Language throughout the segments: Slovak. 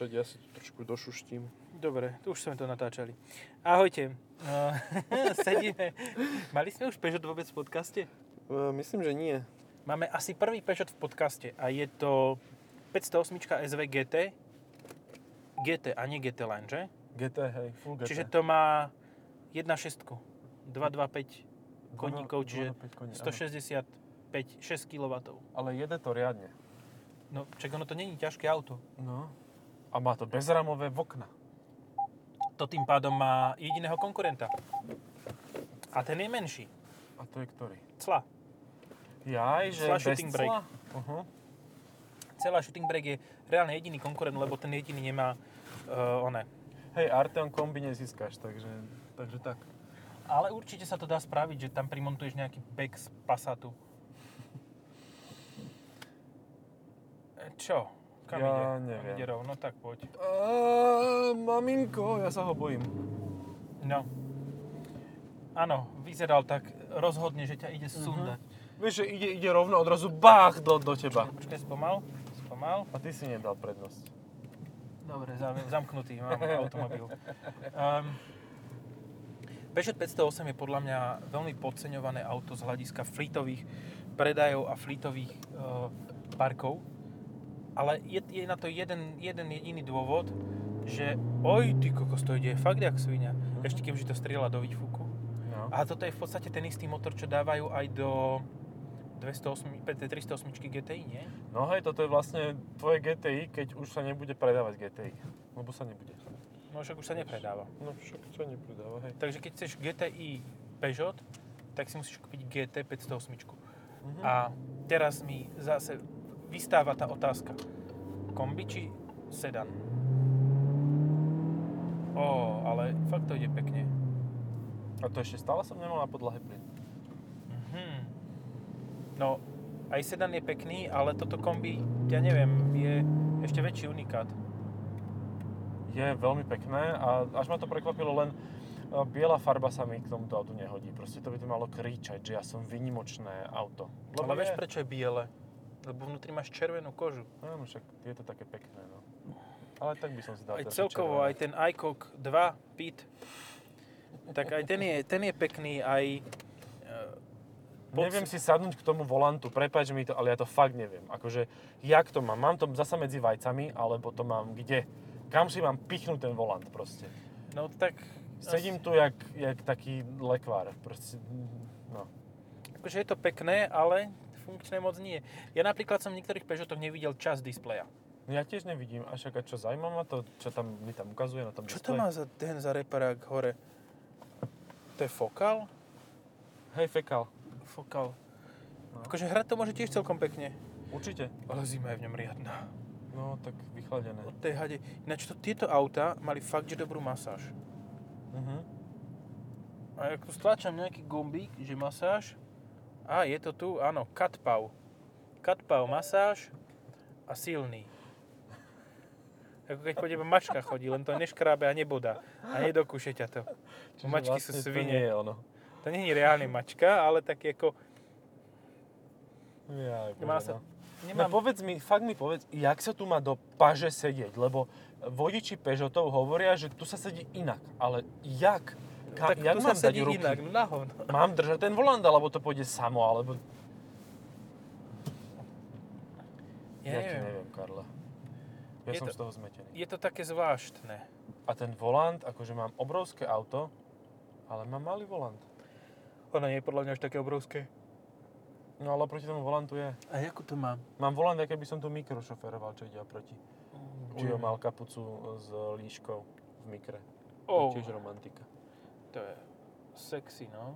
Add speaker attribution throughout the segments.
Speaker 1: Tak ja si to trošku došuštím.
Speaker 2: Dobre, tu už sme to natáčali. Ahojte. No, sedíme. Mali sme už Peugeot vôbec v podcaste?
Speaker 1: E, myslím, že nie.
Speaker 2: Máme asi prvý Peugeot v podcaste a je to 508 SV GT. GT a nie GT Line, že?
Speaker 1: GT, hej, full GT.
Speaker 2: Čiže to má 1.6, 225,
Speaker 1: Dva- dva
Speaker 2: koníkov, čiže
Speaker 1: do päť koní, áno.
Speaker 2: 165, 6 kW.
Speaker 1: Ale jede to riadne.
Speaker 2: No, čak ono to není ťažké auto.
Speaker 1: No. A má to bezramové vokna.
Speaker 2: To tým pádom má jediného konkurenta. A ten je menší.
Speaker 1: A to je ktorý?
Speaker 2: Cla.
Speaker 1: Jaj, že
Speaker 2: Cla
Speaker 1: bez
Speaker 2: shooting brake.
Speaker 1: cla? Aha.
Speaker 2: Celá Shooting Break je reálne jediný konkurent, lebo ten jediný nemá uh, one.
Speaker 1: Hej, Arteon kombi nezískaš, takže, takže tak.
Speaker 2: Ale určite sa to dá spraviť, že tam primontuješ nejaký back z Passatu. E, Čo? Kam
Speaker 1: Ja
Speaker 2: ide?
Speaker 1: neviem.
Speaker 2: On ide rovno, No tak poď.
Speaker 1: Á, maminko, ja sa ho bojím.
Speaker 2: No. Áno, vyzeral tak rozhodne, že ťa ide sundať.
Speaker 1: Mhm. Vieš, že ide, ide rovno odrazu bách do, do teba.
Speaker 2: Počkaj, počkaj, spomal. Spomal.
Speaker 1: A ty si nedal prednosť.
Speaker 2: Dobre, zam- zamknutý mám automobil. Um, Peugeot 508 je podľa mňa veľmi podceňované auto z hľadiska fleetových predajov a fleetových uh, parkov. Ale je, je na to jeden, jeden jediný dôvod, že oj, ty kokos, to ide fakt jak svinia. Ešte kým, že to strieľa do výfuku.
Speaker 1: No.
Speaker 2: A toto je v podstate ten istý motor, čo dávajú aj do 208, 308 GTI, nie?
Speaker 1: No hej, toto je vlastne tvoje GTI, keď už sa nebude predávať GTI. Lebo sa nebude.
Speaker 2: No však už sa nepredáva.
Speaker 1: No však sa nepredáva, hej.
Speaker 2: Takže keď chceš GTI Peugeot, tak si musíš kúpiť GT 508.
Speaker 1: Mhm.
Speaker 2: A teraz mi zase vystáva tá otázka. Kombi či sedan? Ó, ale fakt to ide pekne.
Speaker 1: A to ešte stále som nemal na podlahe plyn.
Speaker 2: Mhm. No, aj sedan je pekný, ale toto kombi, ja neviem, je ešte väčší unikát.
Speaker 1: Je veľmi pekné a až ma to prekvapilo len e, biela farba sa mi k tomuto autu nehodí. Proste to by to malo kričať, že ja som vynimočné auto.
Speaker 2: ale
Speaker 1: je.
Speaker 2: vieš prečo je biele? Lebo vnútri máš červenú kožu.
Speaker 1: Áno, však je to také pekné, no. Ale tak by som si dal
Speaker 2: Aj
Speaker 1: teraz červené.
Speaker 2: celkovo, aj ten ICOG 2 PIT, tak aj ten je, ten je pekný, aj... e, pod-
Speaker 1: Neviem si sadnúť k tomu volantu, prepač mi to, ale ja to fakt neviem. Akože, jak to mám? Mám to zasa medzi vajcami, alebo to mám kde? Kam si mám pichnúť ten volant proste?
Speaker 2: No tak...
Speaker 1: Sedím tu jak, jak taký lekvár, proste, no.
Speaker 2: Akože je to pekné, ale funkčné moc nie. Ja napríklad som v niektorých Peugeotoch nevidel čas displeja.
Speaker 1: No Ja tiež nevidím, a však a čo zaujíma ma to, čo tam mi tam ukazuje na tom
Speaker 2: Čo to
Speaker 1: displeji?
Speaker 2: má za ten za reparák hore? To je fokal?
Speaker 1: Hej, fekal.
Speaker 2: Fokal.
Speaker 1: No.
Speaker 2: Akože hrať to môže tiež celkom pekne.
Speaker 1: Určite.
Speaker 2: Ale zima je v ňom riadna.
Speaker 1: No, tak vychladené.
Speaker 2: Od tej hade. Ináč to, tieto auta mali fakt, že dobrú masáž.
Speaker 1: Mhm.
Speaker 2: A ak tu stlačam nejaký gombík, že masáž, a je to tu, áno, katpau. Katpau, masáž a silný. Ako keď po tebe mačka chodí, len to neškrábe a neboda. A nedokúše ťa to.
Speaker 1: Čiže
Speaker 2: Mačky sú
Speaker 1: vlastne To
Speaker 2: svine.
Speaker 1: nie je ono.
Speaker 2: To nie je reálne mačka, ale tak ako...
Speaker 1: Jaj, bože,
Speaker 2: Má
Speaker 1: no.
Speaker 2: sa-
Speaker 1: No
Speaker 2: Nemám...
Speaker 1: povedz mi, fakt mi povedz, jak sa tu má do paže sedieť, lebo vodiči Peugeotov hovoria, že tu sa sedí inak, ale jak? Ka-
Speaker 2: tak
Speaker 1: jak
Speaker 2: tu sa
Speaker 1: mám dať
Speaker 2: sedí
Speaker 1: ruky?
Speaker 2: inak, no na hovno.
Speaker 1: Mám držať ten volant, alebo to pôjde samo, alebo...
Speaker 2: Ja
Speaker 1: ti
Speaker 2: neviem.
Speaker 1: neviem, Karla. Ja
Speaker 2: Je
Speaker 1: som
Speaker 2: to-
Speaker 1: z toho zmetený.
Speaker 2: Je to také zvláštne.
Speaker 1: A ten volant, akože mám obrovské auto, ale mám malý volant.
Speaker 2: Ono nie je podľa mňa až také obrovské.
Speaker 1: No ale proti tomu volantu je.
Speaker 2: A ako to mám?
Speaker 1: Mám volant, aké by som tu mikrošoferoval, čo ide oproti. Ujo mal kapucu s líškou v mikre.
Speaker 2: Oh,
Speaker 1: To je tiež romantika.
Speaker 2: to je sexy, no.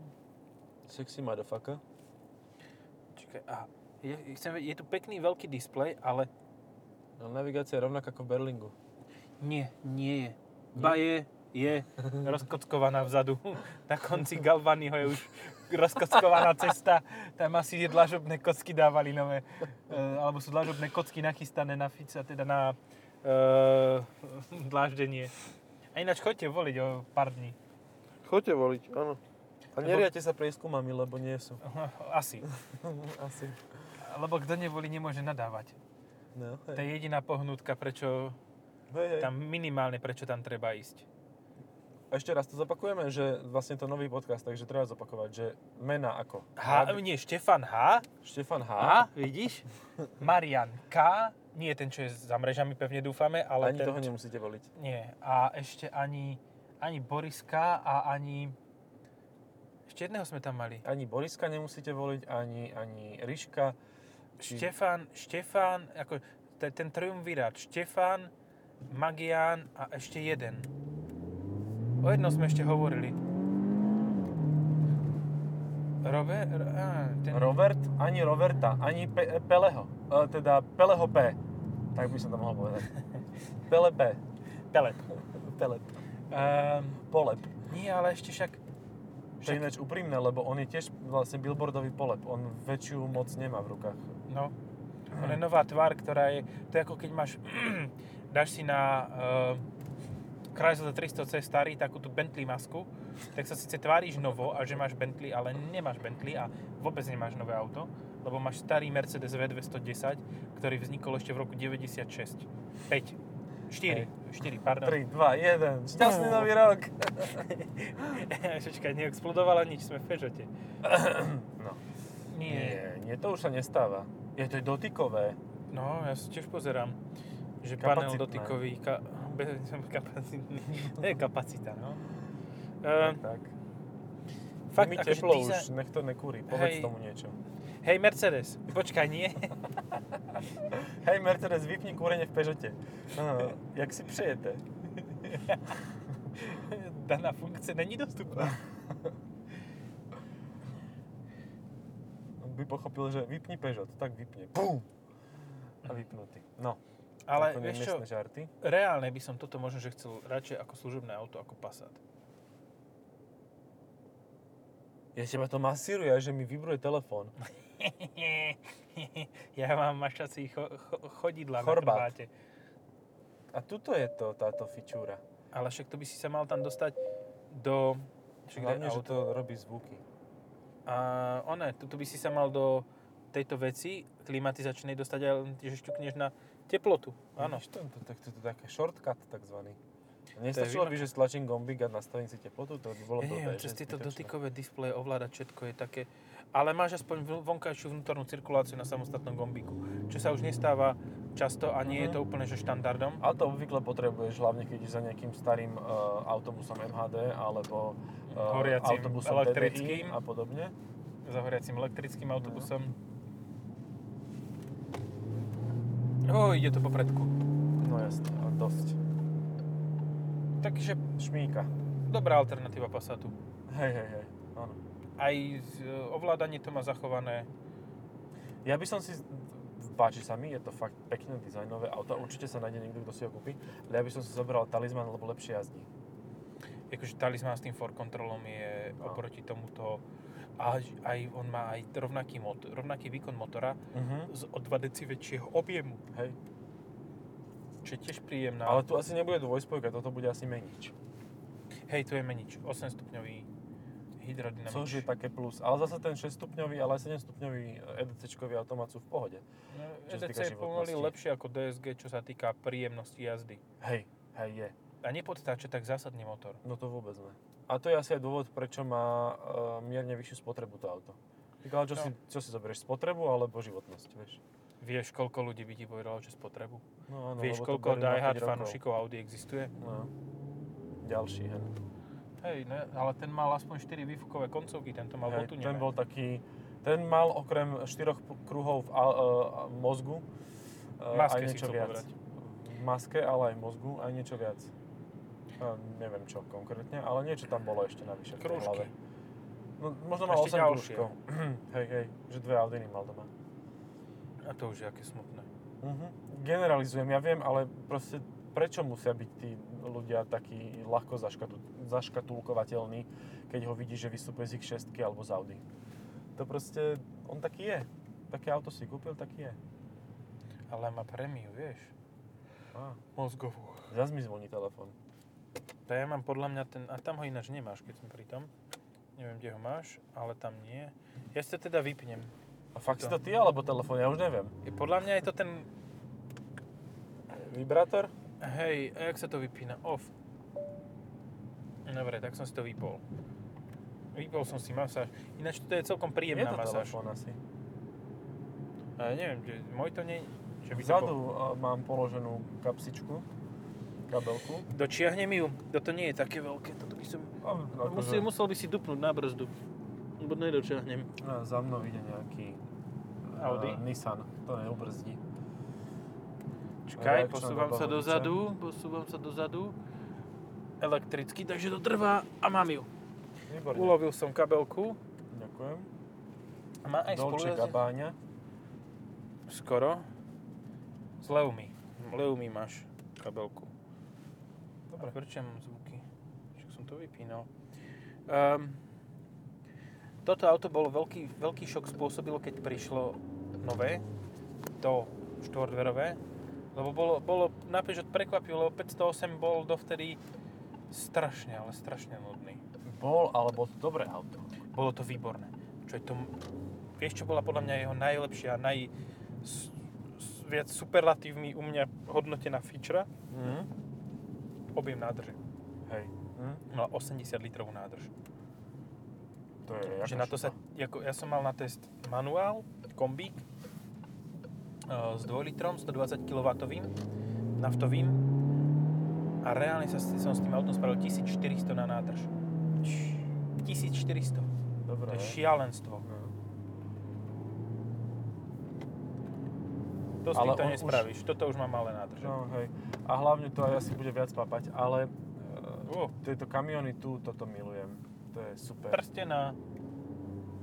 Speaker 1: Sexy motherfucker.
Speaker 2: Čakaj, a je, chcem vedieť, je tu pekný veľký displej, ale
Speaker 1: No, navigácia je rovnaká ako v Berlingu.
Speaker 2: nie, nie je. Ba je, je rozkockovaná vzadu. Na konci Galvanyho je už rozkockovaná cesta. Tam asi je dlažobné kocky dávali nové. E, alebo sú dlažobné kocky nachystané na Fica, teda na e, dláždenie. A ináč chodte voliť o pár dní.
Speaker 1: Choďte voliť, áno. A
Speaker 2: Lebo-
Speaker 1: neriate sa prieskumami, lebo nie sú.
Speaker 2: Asi.
Speaker 1: Asi.
Speaker 2: Lebo kto nevolí, nemôže nadávať.
Speaker 1: No,
Speaker 2: To je jediná pohnutka, prečo
Speaker 1: Hej, hej.
Speaker 2: Tam minimálne, prečo tam treba ísť.
Speaker 1: A ešte raz to zopakujeme, že vlastne to nový podcast, takže treba zopakovať, že mená ako
Speaker 2: H, eh,
Speaker 1: Hrad-
Speaker 2: nie, Štefan H.
Speaker 1: Štefan H.
Speaker 2: A, vidíš? Marian K. Nie ten, čo je za mrežami, pevne dúfame, ale
Speaker 1: Ani
Speaker 2: ten,
Speaker 1: toho nemusíte voliť.
Speaker 2: Nie. A ešte ani, ani Boriska a ani... Ešte jedného sme tam mali.
Speaker 1: Ani Boriska nemusíte voliť, ani, ani Ryška. Či-
Speaker 2: Štefan, Štefan, ako te- ten triumvirát. Štefan, Magian a ešte jeden. O jednom sme ešte hovorili. Robert? Á, ten...
Speaker 1: Robert, ani Roberta, ani Pe- Peleho. E, teda Peleho P. Tak by som to mohol povedať. Pele P.
Speaker 2: Pelep.
Speaker 1: Pele.
Speaker 2: Um,
Speaker 1: Polep.
Speaker 2: nie, ale ešte však...
Speaker 1: To je ináč úprimné, lebo on je tiež vlastne billboardový polep. On väčšiu moc nemá v rukách.
Speaker 2: No. On je nová tvár, ktorá je... To je ako keď máš... dáš si na uh, Chrysler 300C starý takú tú Bentley masku, tak sa síce tváriš novo a že máš Bentley, ale nemáš Bentley a vôbec nemáš nové auto, lebo máš starý Mercedes V210, ktorý vznikol ešte v roku 96. 5. 4.
Speaker 1: Hej.
Speaker 2: 4, pardon.
Speaker 1: 3, 2, 1. Šťastný
Speaker 2: No.
Speaker 1: nový rok!
Speaker 2: Čočkaj, neexplodovala nič, sme v Peugeote.
Speaker 1: No.
Speaker 2: Nie.
Speaker 1: Nie, nie, to už sa nestáva. Je to je dotykové.
Speaker 2: No, ja si tiež pozerám, že panel
Speaker 1: Kapacitné.
Speaker 2: dotykový, ka, bez, kapacitný, to je kapacita, no.
Speaker 1: Tak,
Speaker 2: Ehm,
Speaker 1: tak.
Speaker 2: fakt,
Speaker 1: Mi
Speaker 2: akože
Speaker 1: teplo už,
Speaker 2: dizajn-
Speaker 1: nech to nekúri. Povedz
Speaker 2: Hej.
Speaker 1: tomu niečo.
Speaker 2: Hej, Mercedes, počkaj, nie?
Speaker 1: Hej, Mercedes, vypni kúrenie v Peugeote. Aha, jak si přejete?
Speaker 2: Daná funkce není dostupná.
Speaker 1: On by pochopil, že vypni Peugeot, tak vypne. Pum! A vypnutý. No,
Speaker 2: Ale
Speaker 1: to
Speaker 2: vieš čo,
Speaker 1: nemiestne žarty.
Speaker 2: reálne by som toto možno, že chcel radšej ako služobné auto, ako Passat.
Speaker 1: Ja teba to masíruje, že mi vybruje telefón.
Speaker 2: ja mám mašací cho, cho, chodidla
Speaker 1: Chorbat.
Speaker 2: na chrbáte.
Speaker 1: A tuto je to, táto fičúra.
Speaker 2: Ale však to by si sa mal tam dostať do... Však daj
Speaker 1: Hlavne, že to
Speaker 2: auto.
Speaker 1: robí zvuky.
Speaker 2: A one, tuto by si sa mal do tejto veci klimatizačnej dostať aj len, že šťukneš na teplotu. Áno.
Speaker 1: Vidíš to, to, to, to, to je také shortcut takzvaný. Nestačilo by, že stlačím gombík a nastavím si teplotu, to by bolo
Speaker 2: Ja neviem,
Speaker 1: blbé,
Speaker 2: cez
Speaker 1: že
Speaker 2: tieto
Speaker 1: zbytočné.
Speaker 2: dotykové displeje ovládať všetko je také... Ale máš aspoň vl- vonkajšiu vnútornú cirkuláciu na samostatnom gombíku, čo sa už nestáva často a nie je
Speaker 1: Mhm.
Speaker 2: to úplne že štandardom.
Speaker 1: Ale to obvykle potrebuješ, hlavne keď ideš za nejakým starým eh, autobusom MHD alebo eh,
Speaker 2: Horiacim,
Speaker 1: autobusom
Speaker 2: elektrickým.
Speaker 1: TDI a Mhm. podobne.
Speaker 2: Za horiacim elektrickým autobusom. O, ide to po predku.
Speaker 1: No jasne, a dosť.
Speaker 2: Takže
Speaker 1: Šmíka.
Speaker 2: dobrá alternatíva Passatu.
Speaker 1: Hej, hej, hej. Áno.
Speaker 2: Aj z- ovládanie to má zachované.
Speaker 1: Ja by som si... Páči sa mi, je to fakt pekné dizajnové auto. Určite sa nájde niekto, kto si ho kúpi. Ale ja by som si zobral talizman, lebo lepšie jazdí.
Speaker 2: akože talizman s tým for kontrolom je
Speaker 1: No.
Speaker 2: oproti tomuto a ž- aj on má aj rovnaký, mot- rovnaký výkon motora
Speaker 1: Mhm.
Speaker 2: z o 2 deci väčšieho objemu,
Speaker 1: Hej.
Speaker 2: čo je tiež príjemná.
Speaker 1: Ale tu asi nebude dvojspojka, toto bude asi menič.
Speaker 2: Hej, tu je menič, 8 stupňový hydrodynamič.
Speaker 1: Což je také plus. Ale zase ten 6-stupňový, ale aj eh, 7-stupňový EDC-čkový automat sú v pohode.
Speaker 2: No,
Speaker 1: čo sa
Speaker 2: EDC
Speaker 1: týka
Speaker 2: je pomaly
Speaker 1: životnosti.
Speaker 2: lepšie ako DSG, čo sa týka príjemnosti jazdy.
Speaker 1: Hej, hej, je.
Speaker 2: A nepodtáča tak zásadný motor.
Speaker 1: No to vôbec ne. A to je asi aj dôvod, prečo má e, mierne vyššiu spotrebu to auto. Tak ale čo,
Speaker 2: No.
Speaker 1: si, čo si zoberieš, spotrebu alebo životnosť, vieš?
Speaker 2: Vieš, koľko ľudí by ti povedalo, že spotrebu?
Speaker 1: No áno,
Speaker 2: Vieš,
Speaker 1: lebo to
Speaker 2: koľko
Speaker 1: berú na 5
Speaker 2: diehard
Speaker 1: rokov.
Speaker 2: fanúšikov Audi existuje?
Speaker 1: No. Ďalší, hen.
Speaker 2: Hej, ne, ale ten mal aspoň 4 výfukové koncovky, tento mal
Speaker 1: Hej,
Speaker 2: botúnené.
Speaker 1: ten bol taký, ten mal okrem štyroch p- kruhov v a, e, mozgu e, aj
Speaker 2: Maske si
Speaker 1: niečo
Speaker 2: chcel
Speaker 1: viac.
Speaker 2: povedať.
Speaker 1: V maske, ale aj v mozgu, aj niečo viac. A neviem čo konkrétne, ale niečo tam bolo ešte navyše v tej
Speaker 2: Krúžky.
Speaker 1: hlave. No, možno mal
Speaker 2: Ešte
Speaker 1: 8
Speaker 2: ďalšie.
Speaker 1: krúžkov. hej, hej, že dve Audiny mal doma.
Speaker 2: A to už je aké smutné.
Speaker 1: Mhm. Generalizujem, ja viem, ale proste prečo musia byť tí ľudia takí ľahko zaškatu- zaškatulkovateľní, keď ho vidí, že vystupuje z ich šestky alebo z Audi. To proste, on taký je. Také auto si kúpil, taký je.
Speaker 2: Ale má prémiu, vieš.
Speaker 1: Á,
Speaker 2: Mozgovú.
Speaker 1: zas mi zvoní telefón.
Speaker 2: To ja mám podľa mňa ten... A tam ho ináč nemáš, keď som pri tom. Neviem, kde ho máš, ale tam nie. Ja si to teda vypnem.
Speaker 1: A fakt si
Speaker 2: To.
Speaker 1: to ty alebo telefón, ja už neviem.
Speaker 2: Je- Podľa mňa je to ten...
Speaker 1: Vibrátor?
Speaker 2: Hej, a jak sa to vypína? Off. Dobre, tak som si to vypol. Vypol som si masáž. Ináč to je celkom
Speaker 1: Je
Speaker 2: príjemná
Speaker 1: to
Speaker 2: masáž.
Speaker 1: telefón asi.
Speaker 2: A neviem, že môj to nie... Čo by to
Speaker 1: Vzadu
Speaker 2: bol?
Speaker 1: eh, mám položenú kapsičku, kabelku.
Speaker 2: Dočiahnem ju. Toto nie je také veľké. Toto by som...
Speaker 1: A, akože-
Speaker 2: Musel, musel by si dupnúť na brzdu. Lebo nedočiahnem.
Speaker 1: A za mnou ide nejaký
Speaker 2: Audi?
Speaker 1: eh, Nissan, to neubrzdí.
Speaker 2: Čakaj,
Speaker 1: Reakčná
Speaker 2: posúvam
Speaker 1: doba
Speaker 2: sa
Speaker 1: vodiča.
Speaker 2: dozadu, posúvam sa dozadu. Elektricky, takže to trvá a mám ju.
Speaker 1: Výborne.
Speaker 2: Ulovil som kabelku.
Speaker 1: Ďakujem.
Speaker 2: A má aj
Speaker 1: Dolce
Speaker 2: spolujazde...
Speaker 1: Gabbana.
Speaker 2: Skoro. S Leumi. Leumi máš kabelku. Dobre. Vrčem zvuky. Však som to vypínal. Um, toto auto bolo veľký, veľký šok spôsobilo, keď prišlo nové, to štvordverové, lebo bolo, bolo na Peugeot prekvapilo, lebo 508 bol dovtedy strašne, ale strašne nudný.
Speaker 1: Bol, ale bol to dobré auto.
Speaker 2: Bolo to výborné. Čo je to... Vieš, čo bola podľa mňa jeho najlepšia, naj... s- s- viac superlatívmi u mňa hodnotená feature?
Speaker 1: Mm.
Speaker 2: Objem nádrže.
Speaker 1: Hej. Mm.
Speaker 2: Mala 80 litrovú nádrž.
Speaker 1: To je
Speaker 2: Že
Speaker 1: jaká
Speaker 2: na to sa,
Speaker 1: šupa.
Speaker 2: ako, ja som mal na test manuál, kombík e, s 2 litrom, 120 kW naftovým a reálne sa, s- som s tým autom spravil 1400 na nádrž. 1400.
Speaker 1: Dobré.
Speaker 2: To je šialenstvo.
Speaker 1: Mm.
Speaker 2: To s
Speaker 1: Ale
Speaker 2: týmto
Speaker 1: on už-
Speaker 2: nespravíš. Toto už má malé nádrže.
Speaker 1: No hej. A hlavne to aj asi bude viac papať, ale e,
Speaker 2: Uh,
Speaker 1: tieto kamiony tu, toto milujem. To je super.
Speaker 2: prstená.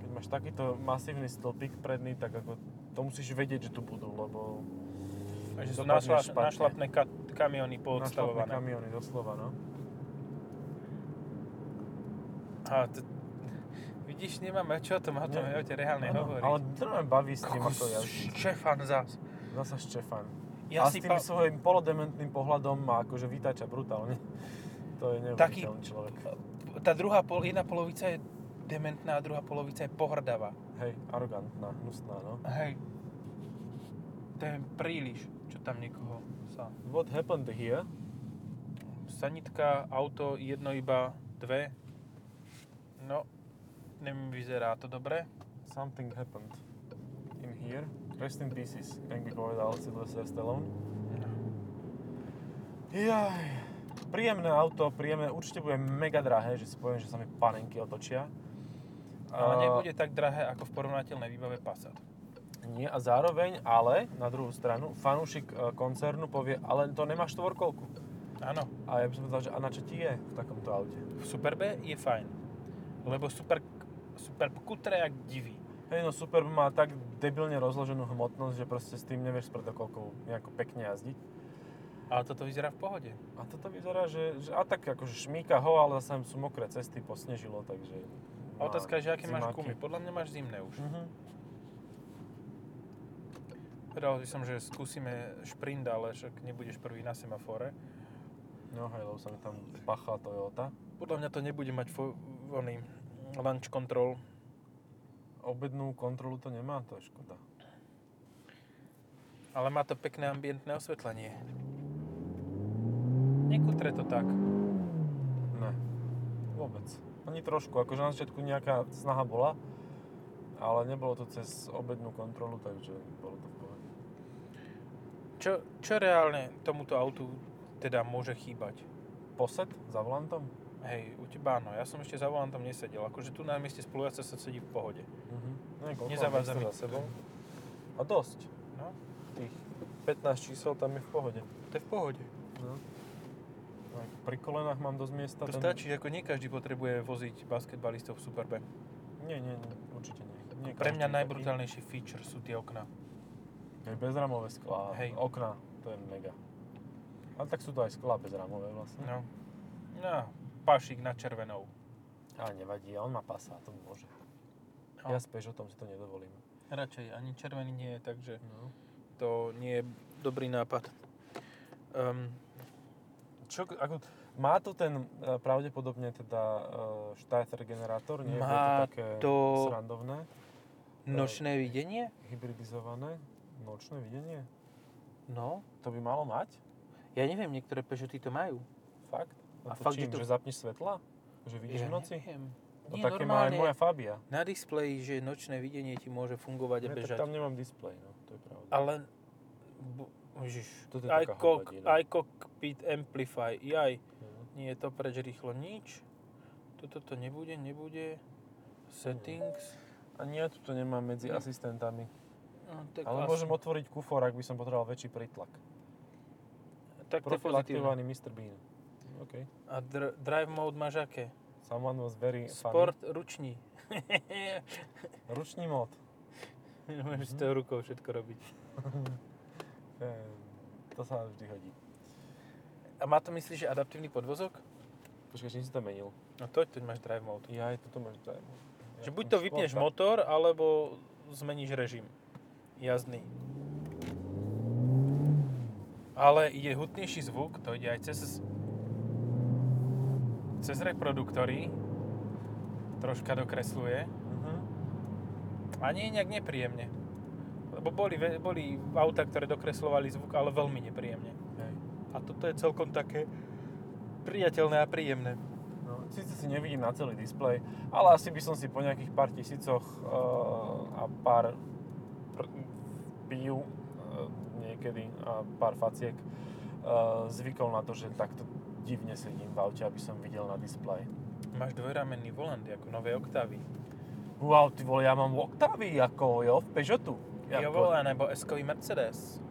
Speaker 1: Keď máš takýto masívny stĺpik predný, tak ako to musíš vedieť, že tu budú, lebo
Speaker 2: Že sú
Speaker 1: Dopadne
Speaker 2: našla,
Speaker 1: špatne.
Speaker 2: našlapné ka- kamiony
Speaker 1: našlapné
Speaker 2: poodstavované.
Speaker 1: kamiony doslova, no.
Speaker 2: A t- vidíš, nemáme čo o tom, o tom,
Speaker 1: Ne.
Speaker 2: o tom reálne
Speaker 1: Áno,
Speaker 2: hovoriť.
Speaker 1: ale trvám baví s tým, ako jazdí.
Speaker 2: Štefan zás.
Speaker 1: Zasa Štefan. Ja
Speaker 2: Ja
Speaker 1: a
Speaker 2: si
Speaker 1: s tým
Speaker 2: pa-
Speaker 1: svojím polodementným pohľadom ma akože vytača brutálne. To je
Speaker 2: Taký-
Speaker 1: neuveriteľný človek.
Speaker 2: tá druhá pol, jedna polovica je dementná a druhá polovica je pohrdavá.
Speaker 1: Hej, arogantná, hnusná, no.
Speaker 2: Hej. To je príliš, čo tam niekoho sa...
Speaker 1: What happened here?
Speaker 2: Sanitka, auto, jedno iba, dve. No, neviem, vyzerá to dobre.
Speaker 1: Something happened in here. Rest in pieces, jak by povedal Sylvester Stallone. Jaj. Príjemné auto, príjemné, určite bude mega drahé, že si poviem, že sa mi panenky otočia.
Speaker 2: Ale
Speaker 1: A-
Speaker 2: nebude tak drahé ako v porovnateľnej výbave Passat.
Speaker 1: Nie, a zároveň, ale, na druhú stranu, fanúšik e, koncernu povie, ale to nemá štvorkolku.
Speaker 2: Áno,
Speaker 1: A ja by som povedal, že a na čo ti je v takomto aute?
Speaker 2: v Superbe je fajn. Lebo super, Superb kutre jak divý.
Speaker 1: Hej, no Superb má tak debilne rozloženú hmotnosť, že proste s tým nevieš s predokolkou nejako pekne jazdiť.
Speaker 2: Ale toto vyzerá v pohode.
Speaker 1: A toto vyzerá, že, že a tak akože šmíka ho, ale zase sú mokré cesty, posnežilo, takže...
Speaker 2: A otázka je, že aké máš
Speaker 1: No, zimáky.
Speaker 2: gumy. Podľa mňa máš zimné už.
Speaker 1: Mhm.
Speaker 2: Povedal by som, že skúsime šprint, ale však nebudeš prvý na semafore.
Speaker 1: No hej, lebo sa mi tam pachla Toyota.
Speaker 2: Podľa mňa to nebude mať fo- oný launch control.
Speaker 1: Obednú kontrolu to nemá, to je škoda.
Speaker 2: Ale má to pekné ambientné osvetlenie. Nekutre to tak.
Speaker 1: Ne, vôbec. Ani trošku, akože na začiatku nejaká snaha bola, ale nebolo to cez obednú kontrolu, takže bolo to v pohode.
Speaker 2: Čo, čo reálne tomuto autu teda môže chýbať?
Speaker 1: Posed za volantom?
Speaker 2: Hej, u teba áno, ja som ešte za volantom nesedel. Akože tu na mieste spolujúca sa sedí v pohode.
Speaker 1: Mhm. Neviem, koľko
Speaker 2: Nezavádza
Speaker 1: mám
Speaker 2: mi.
Speaker 1: za sebou. A dosť.
Speaker 2: No,
Speaker 1: Tých 15 čísel tam je v pohode.
Speaker 2: to je v pohode.
Speaker 1: No. Aj pri kolenách mám dosť miesta.
Speaker 2: To no. stačí, ako nie každý potrebuje voziť basketbalistov v Superbe.
Speaker 1: Nie, nie, nie, určite nie. nie
Speaker 2: Pre mňa
Speaker 1: každý
Speaker 2: najbrutálnejší feature sú tie okná.
Speaker 1: Taký. Aj bezramové sklá, Hej.
Speaker 2: Hej.
Speaker 1: okna, to je mega. Ale tak sú to aj sklá bezramové vlastne.
Speaker 2: No. No, pašik na červenou.
Speaker 1: Ale nevadí, on má pasa, to môže.
Speaker 2: No.
Speaker 1: Ja s Peugeotom si to nedovolím.
Speaker 2: Radšej ani červený nie je, takže
Speaker 1: No.
Speaker 2: to nie je dobrý nápad. Um,
Speaker 1: Čo, ako, má to ten e, pravdepodobne teda e, štajter generátor, nie? Bude to
Speaker 2: Má
Speaker 1: také
Speaker 2: to-
Speaker 1: srandovné,
Speaker 2: nočné videnie?
Speaker 1: hybridizované, nočné videnie.
Speaker 2: No.
Speaker 1: To by malo mať?
Speaker 2: Ja neviem, niektoré Peugeoty to majú.
Speaker 1: Fakt? A
Speaker 2: A
Speaker 1: to
Speaker 2: fakt,
Speaker 1: čím,
Speaker 2: že to-
Speaker 1: že zapneš svetla? Že vidíš
Speaker 2: ja
Speaker 1: v noci?
Speaker 2: Neviem.
Speaker 1: No také má
Speaker 2: Nie,
Speaker 1: aj
Speaker 2: normálne
Speaker 1: moja Fabia.
Speaker 2: na displeji, že nočné videnie ti môže fungovať a
Speaker 1: Ne,
Speaker 2: bežať.
Speaker 1: tak tam nemám displej, no, to je pravda.
Speaker 2: Ale... bo- Ježiš,
Speaker 1: Toto je
Speaker 2: aj
Speaker 1: taká
Speaker 2: kok,
Speaker 1: hovadina.
Speaker 2: aj cockpit amplify, jaj.
Speaker 1: Mhm.
Speaker 2: Nie, to preč rýchlo nič. Toto to nebude, nebude. Settings.
Speaker 1: A nie, tu to nemám medzi
Speaker 2: Hm.
Speaker 1: asistentami.
Speaker 2: No, tak
Speaker 1: Ale
Speaker 2: asi-
Speaker 1: môžem otvoriť kufor, ak by som potreboval väčší prítlak.
Speaker 2: tak to je
Speaker 1: Profil
Speaker 2: pozitívne.
Speaker 1: aktivovaný Mr. Bean. OK.
Speaker 2: A dr- drive mode máš aké?
Speaker 1: Someone was very
Speaker 2: Sport ruční.
Speaker 1: funny. Ručný mod.
Speaker 2: Môžeš s tou rukou všetko robiť.
Speaker 1: Ehm, to sa nám vždy hodí.
Speaker 2: A má to myslíš, že adaptívny podvozok?
Speaker 1: Počkaj, čím si to menil?
Speaker 2: No to, tu máš drive mode.
Speaker 1: Ja aj toto máš dajmo.
Speaker 2: Že buď to vypneš motor, alebo zmeníš režim. Jazdný. Ale ide hutnejší zvuk, to ide aj cez, cez reproduktory. Troška dokresluje.
Speaker 1: Uh-huh.
Speaker 2: A nie je nejak nepríjemne. Lebo boli, ve- boli auta, ktoré dokreslovali zvuk, ale veľmi nepríjemne.
Speaker 1: Hej.
Speaker 2: A toto je celkom také priateľné a príjemné.
Speaker 1: No, síce si nevidím na celý displej, ale asi by som si po nejakých pár tisícoch eh, a pár pr- pijú eh, niekedy a pár faciek eh, zvykol na to, že takto divne sedím v aute, aby som videl na displej.
Speaker 2: Máš dvojramenný volant, ako nové oktávy.
Speaker 1: Wow, ty vole, ja mám Octavy, ako jo, v Peugeotu.
Speaker 2: Jo,
Speaker 1: Ako,
Speaker 2: vole, nebo S-kový Mercedes.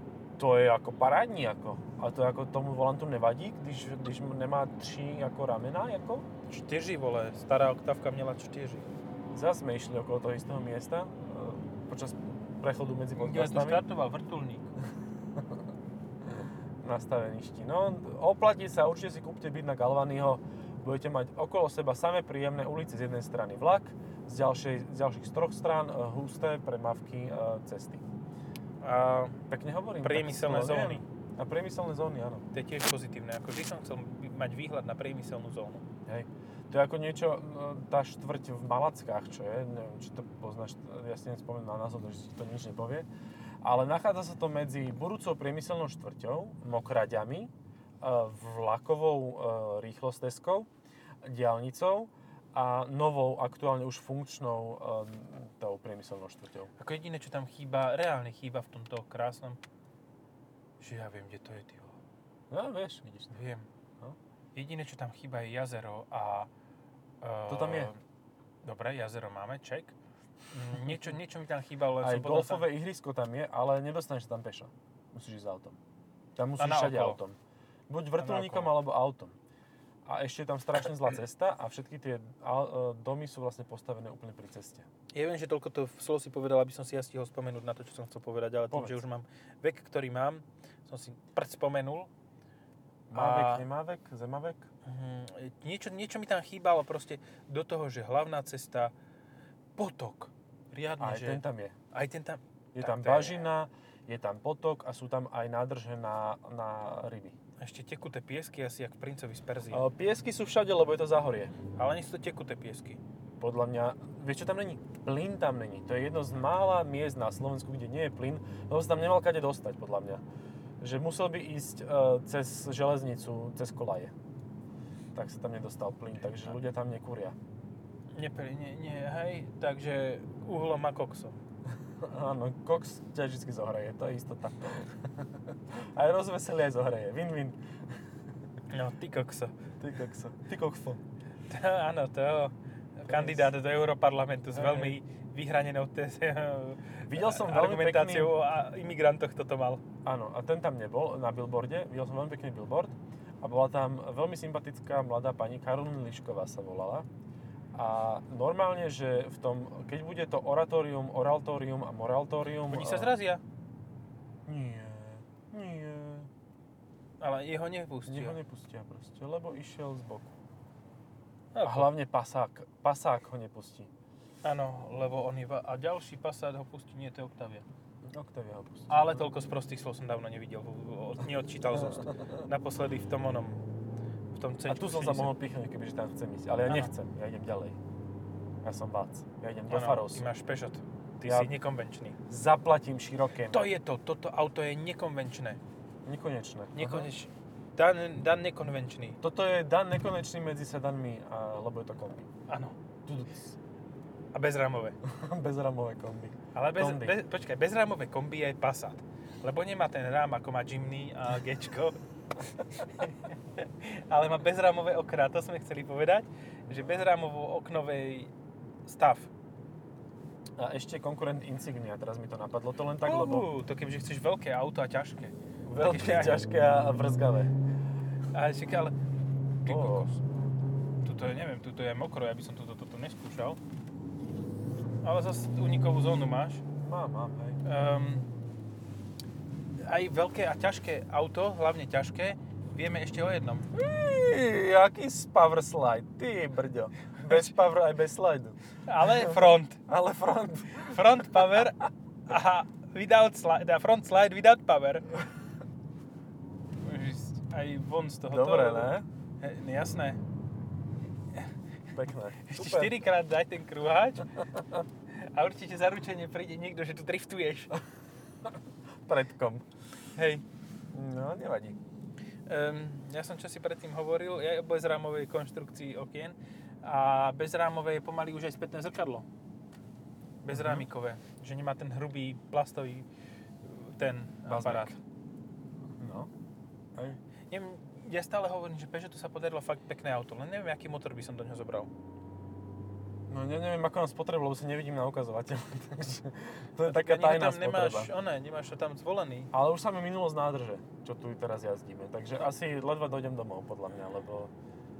Speaker 1: to je ako parádní, ako. A to ako tomu volantu nevadí, když, když nemá tři jako ramena, jako?
Speaker 2: 4 vole, stará oktávka měla 4.
Speaker 1: Zas sme išli okolo toho istého miesta eh, počas prechodu medzi podcastami.
Speaker 2: štartoval vrtulník.
Speaker 1: nastaveništi. No, oplatí sa, určite si kúpte byt na Galvanyho, budete mať okolo seba samé príjemné ulice z jednej strany vlak, z, ďalšej, z ďalších z troch strán e, husté premávky e, cesty.
Speaker 2: A
Speaker 1: Pekne hovorím.
Speaker 2: priemyselné
Speaker 1: tak si to
Speaker 2: zóny.
Speaker 1: neviem. A priemyselné zóny, áno.
Speaker 2: To je tiež pozitívne. Ako vždy som chcel mať výhľad na priemyselnú zónu.
Speaker 1: Hej. To je ako niečo, no, tá štvrť v Malackách, čo je, neviem, či to poznáš, ja si nespomeniem na názov, takže ti to nič nepovie, ale nachádza sa to medzi budúcou priemyselnou štvrťou, mokraďami, e, vlakovou e, rýchlosteskou, diálnicou a novou, aktuálne už funkčnou e, tou priemyselnou štvrťou.
Speaker 2: Ako jediné, čo tam chýba, reálne chýba v tomto krásnom, že ja viem, kde to je, ty vole.
Speaker 1: No, vieš, vidíš. to.
Speaker 2: Viem.
Speaker 1: No.
Speaker 2: Jediné, čo tam chýba, je jazero a...
Speaker 1: To tam je.
Speaker 2: Dobre, jazero máme, ček. Mm, Niečo, niečo mi tam chýbalo, len
Speaker 1: Aj
Speaker 2: som potom sa-
Speaker 1: golfové ihrisko tam je, ale nedostaneš sa tam peša. Musíš ísť autom. Tam musíš
Speaker 2: A naokolo.
Speaker 1: všade autom. Buď vrtulníkom
Speaker 2: naokolo.
Speaker 1: alebo autom. A ešte je tam strašne zlá cesta a všetky tie al- e, domy sú vlastne postavené úplne pri ceste.
Speaker 2: Ja viem, že toľko to slov si povedal, aby som si ja stihol spomenúť na to, čo som chcel povedať, ale tým,
Speaker 1: Povedz.
Speaker 2: že už mám vek, ktorý mám, som si prd spomenul.
Speaker 1: Mávek,
Speaker 2: A-
Speaker 1: nemávek, zemavek?
Speaker 2: Mhm, Niečo, niečo mi tam chýbalo proste do toho, že hlavná cesta, potok, riadne,
Speaker 1: Aj
Speaker 2: že...
Speaker 1: ten tam je.
Speaker 2: Aj ten tam...
Speaker 1: Je
Speaker 2: Tak
Speaker 1: tam
Speaker 2: to je-
Speaker 1: bažina, je tam potok a sú tam aj nádrže na, na ryby.
Speaker 2: Ešte tekuté piesky, asi ako princovi z Perzie.
Speaker 1: E, Piesky sú všade, lebo je to záhorie.
Speaker 2: Ale nie sú to tekuté piesky.
Speaker 1: Podľa mňa, vieš čo tam není? Plyn tam není. To je jedno z mála miest na Slovensku, kde nie je plyn, lebo sa tam nemal kade dostať, podľa mňa. Že musel by ísť e, cez železnicu, cez kolaje. Tak sa tam nedostal plyn, takže ľudia tam nekúria.
Speaker 2: Nepri, nie, nie, hej, takže uhlom a koksom.
Speaker 1: Áno, koks ťa vždy zohreje, to je istota. Aj rozveselí, aj zohreje. Win-win.
Speaker 2: No, ty kokso.
Speaker 1: Ty kokso. Ty kokso.
Speaker 2: To, áno, to kandidát do Europarlamentu s
Speaker 1: Hej.
Speaker 2: veľmi vyhranenou te-
Speaker 1: Videl som veľmi pekný...
Speaker 2: argumentáciou a imigrantoch toto mal.
Speaker 1: Áno, a ten tam nebol na billboarde, videl som veľmi pekný billboard a bola tam veľmi sympatická mladá pani Karolina Lišková sa volala. A normálne, že v tom, keď bude to oratórium, oraltórium a moraltórium...
Speaker 2: Oni
Speaker 1: a-
Speaker 2: sa zrazia,
Speaker 1: Nie, nie.
Speaker 2: ale jeho
Speaker 1: Pustia.
Speaker 2: nepustia.
Speaker 1: ho nepustia proste, lebo išiel z boku.
Speaker 2: No,
Speaker 1: A hlavne pasák. Pasák ho nepustí.
Speaker 2: Áno, lebo on je... va- A ďalší pasát ho pustí, nie, to je Octavia.
Speaker 1: Octavia ho pustí.
Speaker 2: Ale toľko z prostých slov som dávno nevidel, o- o- neodčítal som si to. Naposledy v tom onom, v tom
Speaker 1: Eh. A
Speaker 2: C.
Speaker 1: tu som sa mohol pichnúť, kebyže tam chcem ísť. Ale ja
Speaker 2: Áno.
Speaker 1: nechcem, ja idem ďalej. Ja som vác. Ja idem do Farosu.
Speaker 2: Ty máš Peugeot, ty
Speaker 1: Ja-
Speaker 2: si nekonvenčný.
Speaker 1: Zaplatím široké.
Speaker 2: To je to, toto auto je nekonvenčné.
Speaker 1: Nekonečné.
Speaker 2: Nekoneč, Dan, dan nekonvenčný.
Speaker 1: Toto je dan nekonečný medzi sedanmi, a, lebo je to kombi.
Speaker 2: Áno.
Speaker 1: Tuduc.
Speaker 2: A bezramové.
Speaker 1: Bezramové kombi.
Speaker 2: Ale bez,
Speaker 1: Kombi.
Speaker 2: bez, počkaj, bezrámové kombi je aj Passat. Lebo nemá ten rám, ako má Jimny a Gečko. Ale má bezrámové okná. To sme chceli povedať, že bezrámovo oknovej stav.
Speaker 1: A ešte konkurent Insignia, teraz mi to napadlo. To len tak, lebo
Speaker 2: Uú, to kebyže chceš veľké auto a ťažké.
Speaker 1: veľké, ťažké a vrzgavé.
Speaker 2: A ešte, ale... Ty
Speaker 1: Ó.
Speaker 2: kokos. Tuto je, neviem, tuto je mokro, ja by som toto, toto neskúšal. Ale zase unikovú zónu máš.
Speaker 1: Mám, mám, hej.
Speaker 2: Um, aj veľké a ťažké auto, hlavne ťažké, vieme ešte o jednom.
Speaker 1: Ej, Jaký s power slide, ty brďo. Bez power aj bez slide.
Speaker 2: Ale front.
Speaker 1: Ale front.
Speaker 2: Front power a without slide, a front slide without power. Môžeš ísť aj von z toho.
Speaker 1: Dobre, ne?
Speaker 2: He, no jasné.
Speaker 1: Pekné.
Speaker 2: Ešte 4 krát daj ten kruháč a určite zaručenie príde niekto, že tu driftuješ.
Speaker 1: Predkom.
Speaker 2: Hej.
Speaker 1: No, nevadí.
Speaker 2: Um, ja som čo si predtým hovoril, je o bezrámovej konštrukcii okien a bezrámové je pomaly už aj spätné zrkadlo. Bezrámikové,
Speaker 1: Mhm.
Speaker 2: že nemá ten hrubý plastový uh, ten
Speaker 1: Bazmek.
Speaker 2: aparát.
Speaker 1: No. Hej.
Speaker 2: Neviem, ja stále hovorím, že Peugeotu sa podarilo fakt pekné auto, len neviem, aký motor by som do neho zobral.
Speaker 1: No ne, neviem, ako mám spotrebu, lebo si nevidím na ukazovateľ. Takže to je
Speaker 2: Tak
Speaker 1: taká
Speaker 2: ani ho
Speaker 1: tajná
Speaker 2: tam nemáš,
Speaker 1: spotreba.
Speaker 2: one, nemáš to tam zvolený.
Speaker 1: Ale už sa mi minulo z nádrže, čo tu teraz jazdíme. Takže asi ledva dojdem domov, podľa mňa, lebo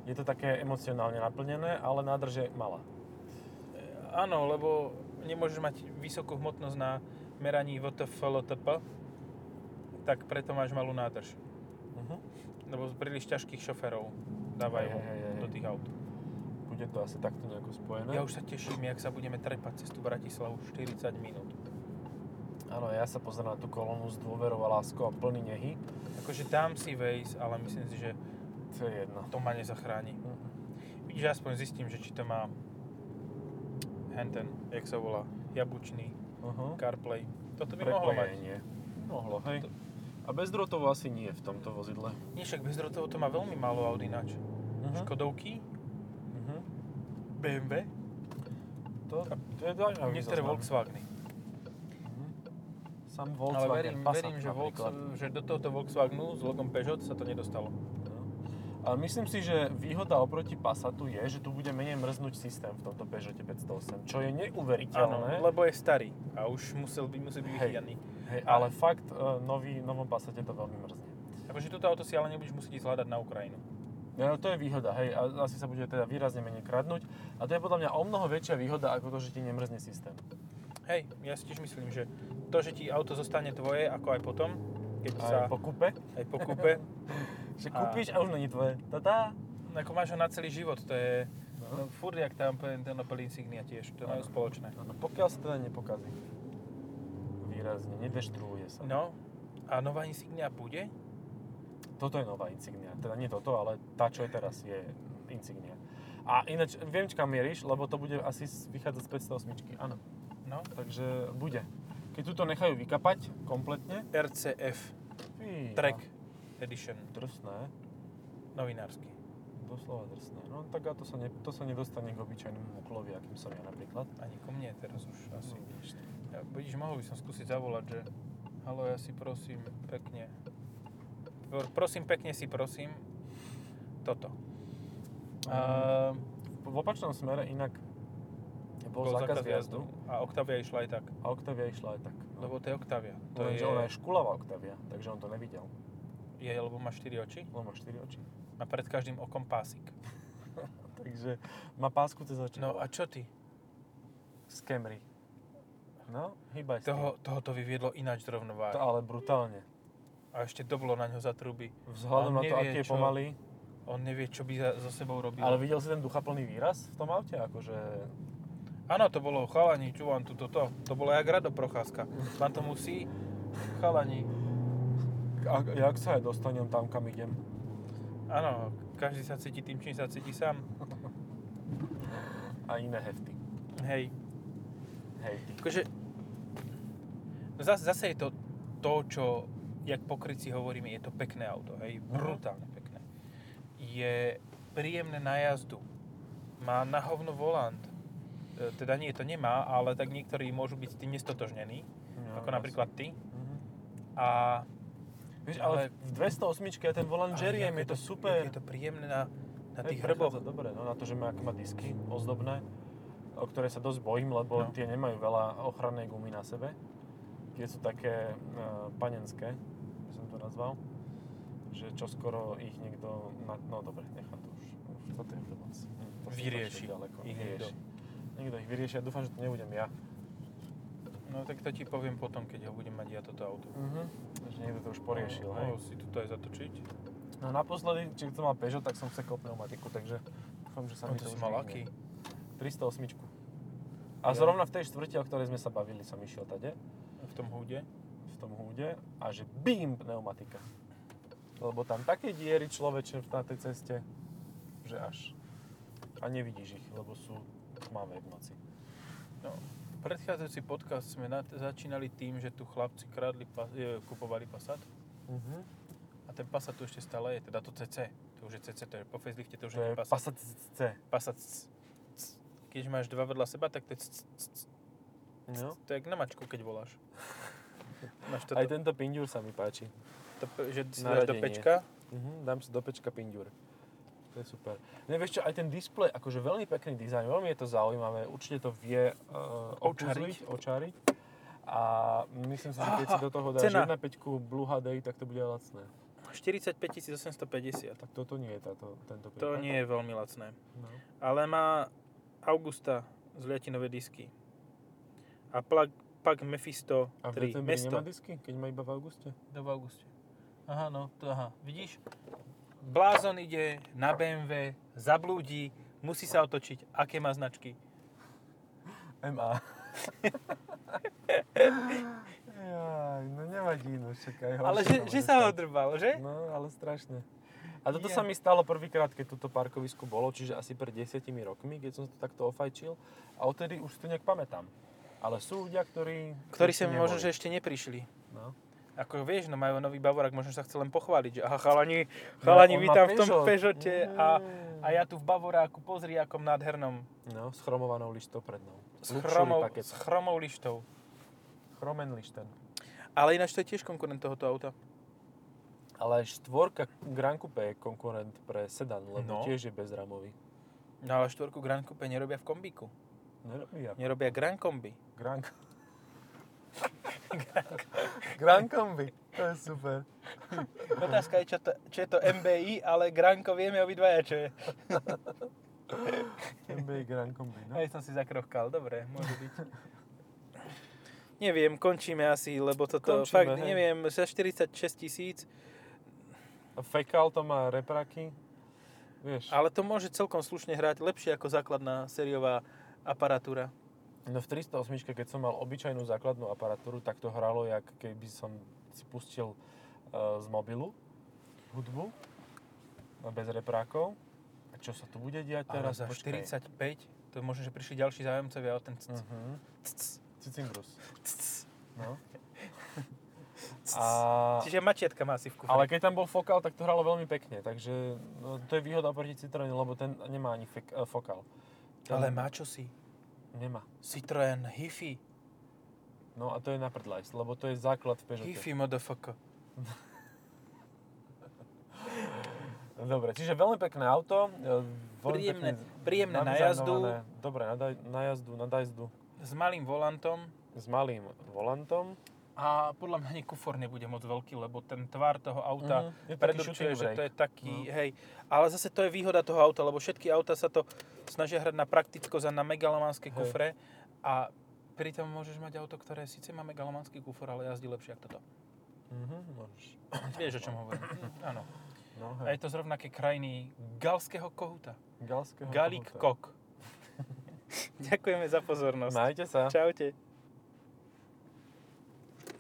Speaker 1: je to také emocionálne naplnené, ale nádrže malá.
Speaker 2: E, Áno, lebo nemôžeš mať vysokú hmotnosť na meraní VTF, LTP, tak preto máš malú nádrž.
Speaker 1: Mhm.
Speaker 2: Lebo z príliš ťažkých šoferov dávajú
Speaker 1: Hej, hej, hej, hej.
Speaker 2: do tých aut.
Speaker 1: Bude to asi takto nejako spojené.
Speaker 2: Ja už sa teším, jak sa budeme trepať cez tú Bratislavu 40 minút.
Speaker 1: Áno, ja sa pozerám na tú kolónu s dôverou a láskou a plný nehy.
Speaker 2: Akože dám si Waze, ale myslím si, že
Speaker 1: To je jedno. Mhm.
Speaker 2: to ma nezachráni. Vidíš, aspoň zistím, že či to má henten, jak sa volá, jablčný,
Speaker 1: Uh-huh.
Speaker 2: CarPlay. Toto by mohlo mať.
Speaker 1: Prepojenie. Mohlo, hej. A bezdrôtovo asi nie v tomto vozidle.
Speaker 2: Nie, však bezdrotovo to má veľmi málo aut ináč. Mhm.
Speaker 1: Uh-huh.
Speaker 2: Škodovky, Mhm.
Speaker 1: Uh-huh.
Speaker 2: BMW,
Speaker 1: To, to je zaujímavý
Speaker 2: niektoré
Speaker 1: zoznam.
Speaker 2: Volkswageny.
Speaker 1: Mhm. Sam
Speaker 2: Ale
Speaker 1: Volkswagen
Speaker 2: verím,
Speaker 1: Passat
Speaker 2: verím že, Volks,
Speaker 1: napríklad.
Speaker 2: že do tohoto Volkswagenu s logom Peugeot sa to nedostalo.
Speaker 1: No. A myslím si, že výhoda oproti Passatu je, že tu bude menej mrznúť systém v tomto Peugeote 508, čo je
Speaker 2: Áno,
Speaker 1: neuveriteľné.
Speaker 2: lebo je starý a už musel byť, musel byť
Speaker 1: Hej.
Speaker 2: vychydaný.
Speaker 1: Hej, ale fakt, e, nový, novom Passate to veľmi mrzne.
Speaker 2: Akože toto auto si ale nebudeš musieť ísť hľadať na Ukrajinu.
Speaker 1: No, to je výhoda, hej, a asi sa bude teda výrazne menej kradnúť. A to je podľa mňa o mnoho väčšia výhoda, ako to, že ti nemrzne systém.
Speaker 2: Hej, ja si tiež myslím, že to, že ti auto zostane tvoje, ako aj potom, keď sa
Speaker 1: Aj po kupe,
Speaker 2: aj po kúpe,
Speaker 1: že
Speaker 2: A-
Speaker 1: kúpiš a už není tvoje. Tadá!
Speaker 2: Ako máš ho na celý život, to je
Speaker 1: No.
Speaker 2: no. furt jak tam ten, ten Opel Insignia tiež, to majú
Speaker 1: Áno.
Speaker 2: spoločné.
Speaker 1: Áno, pokiaľ sa teda nepokazí. Výrazne, nedeštruuje sa.
Speaker 2: No, a nová Insignia bude?
Speaker 1: Toto je nová Insignia. Teda nie toto, ale tá, čo je teraz, je Insignia. A ináč, viem, či kam mieríš, lebo to bude asi s- vychádzať z 508. Áno.
Speaker 2: No,
Speaker 1: Takže bude. Keď tu to nechajú vykapať kompletne,
Speaker 2: RCF,
Speaker 1: fíha,
Speaker 2: Trek Edition,
Speaker 1: Drsné,
Speaker 2: novinársky.
Speaker 1: doslova drsné. No tak a to sa, ne, to sa nedostane k obyčajnému muklovi, akým som ja napríklad.
Speaker 2: Ani ku mne teraz už asi.
Speaker 1: No, vidíš to.
Speaker 2: Ja, vidíš, mohol by som skúsiť zavolať, že halo, ja si prosím pekne, Pr- prosím pekne si prosím, toto. A,
Speaker 1: V opačnom smere inak Mm, bol, zákaz, jazdu
Speaker 2: A Octavia išla aj tak,
Speaker 1: a Octavia išla aj tak. No.
Speaker 2: lebo to je Octavia. To
Speaker 1: Lenže
Speaker 2: je,
Speaker 1: ona je škulava Octavia, takže on to nevidel.
Speaker 2: je, lebo má 4 oči
Speaker 1: On má 4 oči.
Speaker 2: a pred každým okom pásik.
Speaker 1: Takže má pásku cez oči.
Speaker 2: No a čo ty?
Speaker 1: Z Camry. No, hýbaj
Speaker 2: Toho, toho to vyviedlo ináč
Speaker 1: s tým.
Speaker 2: z
Speaker 1: To
Speaker 2: rovnováhy.
Speaker 1: ale brutálne.
Speaker 2: A ešte doblo na ňo za truby.
Speaker 1: Vzhľadom
Speaker 2: On
Speaker 1: na to,
Speaker 2: nevie,
Speaker 1: aký je
Speaker 2: čo
Speaker 1: pomalý.
Speaker 2: On nevie, čo by za, so sebou robil.
Speaker 1: Ale videl si ten duchaplný výraz v tom aute? Akože...
Speaker 2: Áno, to bolo chalani, čo vám tuto to. To bolo jak rado procházka. Vám to musí chalani.
Speaker 1: A, jak sa aj dostanem tam, kam idem?
Speaker 2: Áno, každý sa cíti tým, čím sa cíti sám.
Speaker 1: A iné hefty.
Speaker 2: Hej.
Speaker 1: Hejty.
Speaker 2: Akože, no Mhm. zase, zase je to to, čo, jak pokryci hovoríme, je to pekné auto, hej. Brutálne pekné. je príjemné na jazdu. Má na hovno volant. E, Teda nie, to nemá, ale tak niektorí môžu byť s tým nestotožnení,
Speaker 1: No,
Speaker 2: ako napríklad ty.
Speaker 1: Mhm.
Speaker 2: A
Speaker 1: Vieš, ale
Speaker 2: Ale-
Speaker 1: v 208 je ten volant žeriem,
Speaker 2: aké
Speaker 1: je to super.
Speaker 2: aké Je to príjemné na, na
Speaker 1: Hej,
Speaker 2: tých
Speaker 1: prechádza
Speaker 2: hrboch.
Speaker 1: Dobre, no na to, že má, aké má disky ozdobné, o ktoré sa dosť bojím, lebo
Speaker 2: No.
Speaker 1: tie nemajú veľa ochrannej gumy na sebe. Tie sú také e, panenské, by som to nazval, že čo skoro ich niekto... Na... No dobre, nechám to už. už toto je už moc. Hm, to sa až
Speaker 2: Vyrieši
Speaker 1: tak Ďaleko.
Speaker 2: ich niekto.
Speaker 1: Vyrieši. Niekto ich vyrieši, ja dúfam, že to nebudem ja.
Speaker 2: No tak to ti poviem potom, keď ho budem mať ja toto auto.
Speaker 1: Mhm. Že niekto to už poriešil,
Speaker 2: no,
Speaker 1: hej.
Speaker 2: no, si tu to aj zatočiť.
Speaker 1: No naposledy, či to mal Peugeot, tak som sekol pneumatiku, takže dúfam, že sa
Speaker 2: No
Speaker 1: mi to
Speaker 2: to
Speaker 1: už
Speaker 2: si mal
Speaker 1: nehnevie.
Speaker 2: aký?
Speaker 1: 308. A
Speaker 2: Jo.
Speaker 1: zrovna v tej štvrti, o ktorej sme sa bavili, som išiel tade,
Speaker 2: V tom húde?
Speaker 1: v tom húde, a že bím pneumatika. Lebo tam také diery človeče na tej ceste, že až. A nevidíš ich, lebo sú tmavé v noci.
Speaker 2: No. Predchádzajúci podcast sme nat- začínali tým, že tu chlapci kradli, pa- e, kupovali Passat.
Speaker 1: Mhm.
Speaker 2: A ten Passat tu ešte stále je, teda to CC. To už je CC, to je po facelifte, to už
Speaker 1: To je
Speaker 2: je Passat.
Speaker 1: Passat C.
Speaker 2: Passat. c- c- Keď máš dva vedľa seba, tak to je... c- c- c-
Speaker 1: No.
Speaker 2: To je jak na mačku, keď voláš. Máš
Speaker 1: Aj
Speaker 2: toto,
Speaker 1: tento pindur sa mi páči.
Speaker 2: to, pe- že si
Speaker 1: na
Speaker 2: dáš do
Speaker 1: radenie.
Speaker 2: pečka.
Speaker 1: Mhm, dám si do pečka pindur. To je super. Ne, vieš čo, aj ten displej, akože veľmi pekný dizajn, veľmi je to zaujímavé, určite to vie uh, očariť.
Speaker 2: Očariť.
Speaker 1: očariť. A myslím si, že keď si do toho dáš
Speaker 2: Cena.
Speaker 1: 1.5 Blue HD, tak to bude lacné.
Speaker 2: 45 850.
Speaker 1: Tak toto nie je táto, tento prípad.
Speaker 2: To nie je veľmi lacné.
Speaker 1: No.
Speaker 2: Ale má Augusta zliatinové disky. A plug, pak Mephisto
Speaker 1: A v
Speaker 2: 3.
Speaker 1: decembri
Speaker 2: Mesto.
Speaker 1: nemá disky, keď má iba v auguste?
Speaker 2: To v auguste. Aha, no, to aha. Vidíš? Blázon ide na BMW, zablúdi, musí sa otočiť. Aké má značky?
Speaker 1: MA. Jaj, no nevadí, no čakaj.
Speaker 2: Ale že, že sa ho drbal, že?
Speaker 1: No, ale strašne. A toto
Speaker 2: Je.
Speaker 1: sa mi stalo prvýkrát, keď toto parkovisko bolo, čiže asi pred desiatimi rokmi, keď som to takto ofajčil. A odtedy už si to nejak pamätám. Ale sú ľudia, ktorí...
Speaker 2: Ktorí
Speaker 1: si
Speaker 2: sa možno,
Speaker 1: neboli.
Speaker 2: že ešte neprišli.
Speaker 1: No.
Speaker 2: Ako vieš, no majú nový Bavorák, možno sa chce len pochváliť, že aha, chalani, chalani,
Speaker 1: No, on
Speaker 2: vy
Speaker 1: má
Speaker 2: tam v tom
Speaker 1: Peugeot.
Speaker 2: Peugeote a,
Speaker 1: Mm.
Speaker 2: a ja tu v Bavoráku, pozri, akom nádhernom.
Speaker 1: No, s chromovanou lištou prednou.
Speaker 2: S,
Speaker 1: Luxury
Speaker 2: chromou,
Speaker 1: paket.
Speaker 2: s chromou lištou.
Speaker 1: Chromen lišten.
Speaker 2: Ale ináč to je tiež konkurent tohoto auta.
Speaker 1: Ale štvorka Grand Coupe je konkurent pre sedan,
Speaker 2: No.
Speaker 1: lebo tiež je bezramový.
Speaker 2: No ale štvorku Grand Coupe nerobia v kombíku.
Speaker 1: Nerobí ako
Speaker 2: Nerobia Grand Kombi.
Speaker 1: Grand... Grand Combi. To je super.
Speaker 2: Otázka je, čo, to, čo je to MBI, ale Granko vieme obidvaja, čo je.
Speaker 1: MBA Grand Combi, no.
Speaker 2: Aj som si zakrochkal, dobre, môže byť. Neviem, končíme asi, lebo toto
Speaker 1: Končíme,
Speaker 2: fakt,
Speaker 1: hej.
Speaker 2: neviem, za 46 tisíc,
Speaker 1: A Fekal to má repraky. Vieš.
Speaker 2: ale to môže celkom slušne hrať, lepšie ako základná sériová aparatúra.
Speaker 1: No v 308, keď som mal obyčajnú základnú aparatúru, tak to hralo, jak keby som si pustil eh, z mobilu hudbu no bez reprákov. A čo sa tu bude diať
Speaker 2: Ale
Speaker 1: teraz?
Speaker 2: za 45, to možno, že prišli ďalší zájomcovia o ten c- c-
Speaker 1: Uh-huh.
Speaker 2: c- c-
Speaker 1: Cicimbrus.
Speaker 2: c- c-
Speaker 1: No.
Speaker 2: c-
Speaker 1: A...
Speaker 2: Čiže mačiatka má si v kufri.
Speaker 1: Ale keď tam bol fokál, tak to hralo veľmi pekne. Takže no, to je výhoda proti Citroene, lebo ten nemá ani fek, eh, fokál. Ten
Speaker 2: ale má čo si.
Speaker 1: Nemá.
Speaker 2: Citroen Hifi.
Speaker 1: No a to je na prdlajs, lebo to je základ v Peugeote.
Speaker 2: Hifi, motherfucker.
Speaker 1: Dobre, čiže veľmi pekné auto. e, veľmi
Speaker 2: Príjemné-
Speaker 1: pekne
Speaker 2: príjemné na
Speaker 1: nadizajnované. Dobre, na, daj- na jazdu, na dajzdu
Speaker 2: S malým volantom,
Speaker 1: s malým volantom.
Speaker 2: A podľa mňa ani kufor nebude moc veľký, lebo ten tvar toho
Speaker 1: Mhm, je
Speaker 2: auta mm,
Speaker 1: taký
Speaker 2: predurčuje,
Speaker 1: shooting
Speaker 2: že to je
Speaker 1: brake.
Speaker 2: taký, no.
Speaker 1: No.
Speaker 2: hej. Ale zase to je výhoda toho auta, lebo všetky auta sa to snažia hrať na praktickosť a na
Speaker 1: Hej.
Speaker 2: megalománske kufre a pritom môžeš mať auto, ktoré síce má megalománsky kufor, ale jazdí lepšie ako toto.
Speaker 1: Mhm, môžeš.
Speaker 2: Vieš, o čom hovorím? Mm, Áno.
Speaker 1: No,
Speaker 2: A
Speaker 1: hej.
Speaker 2: je to z rovnaké krajiny galského kohuta.
Speaker 1: Galského
Speaker 2: Galík
Speaker 1: kohúta.
Speaker 2: kok. Ďakujeme za pozornosť.
Speaker 1: Majte sa.
Speaker 2: Čaute.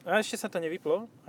Speaker 2: A ešte sa to nevyplo? Až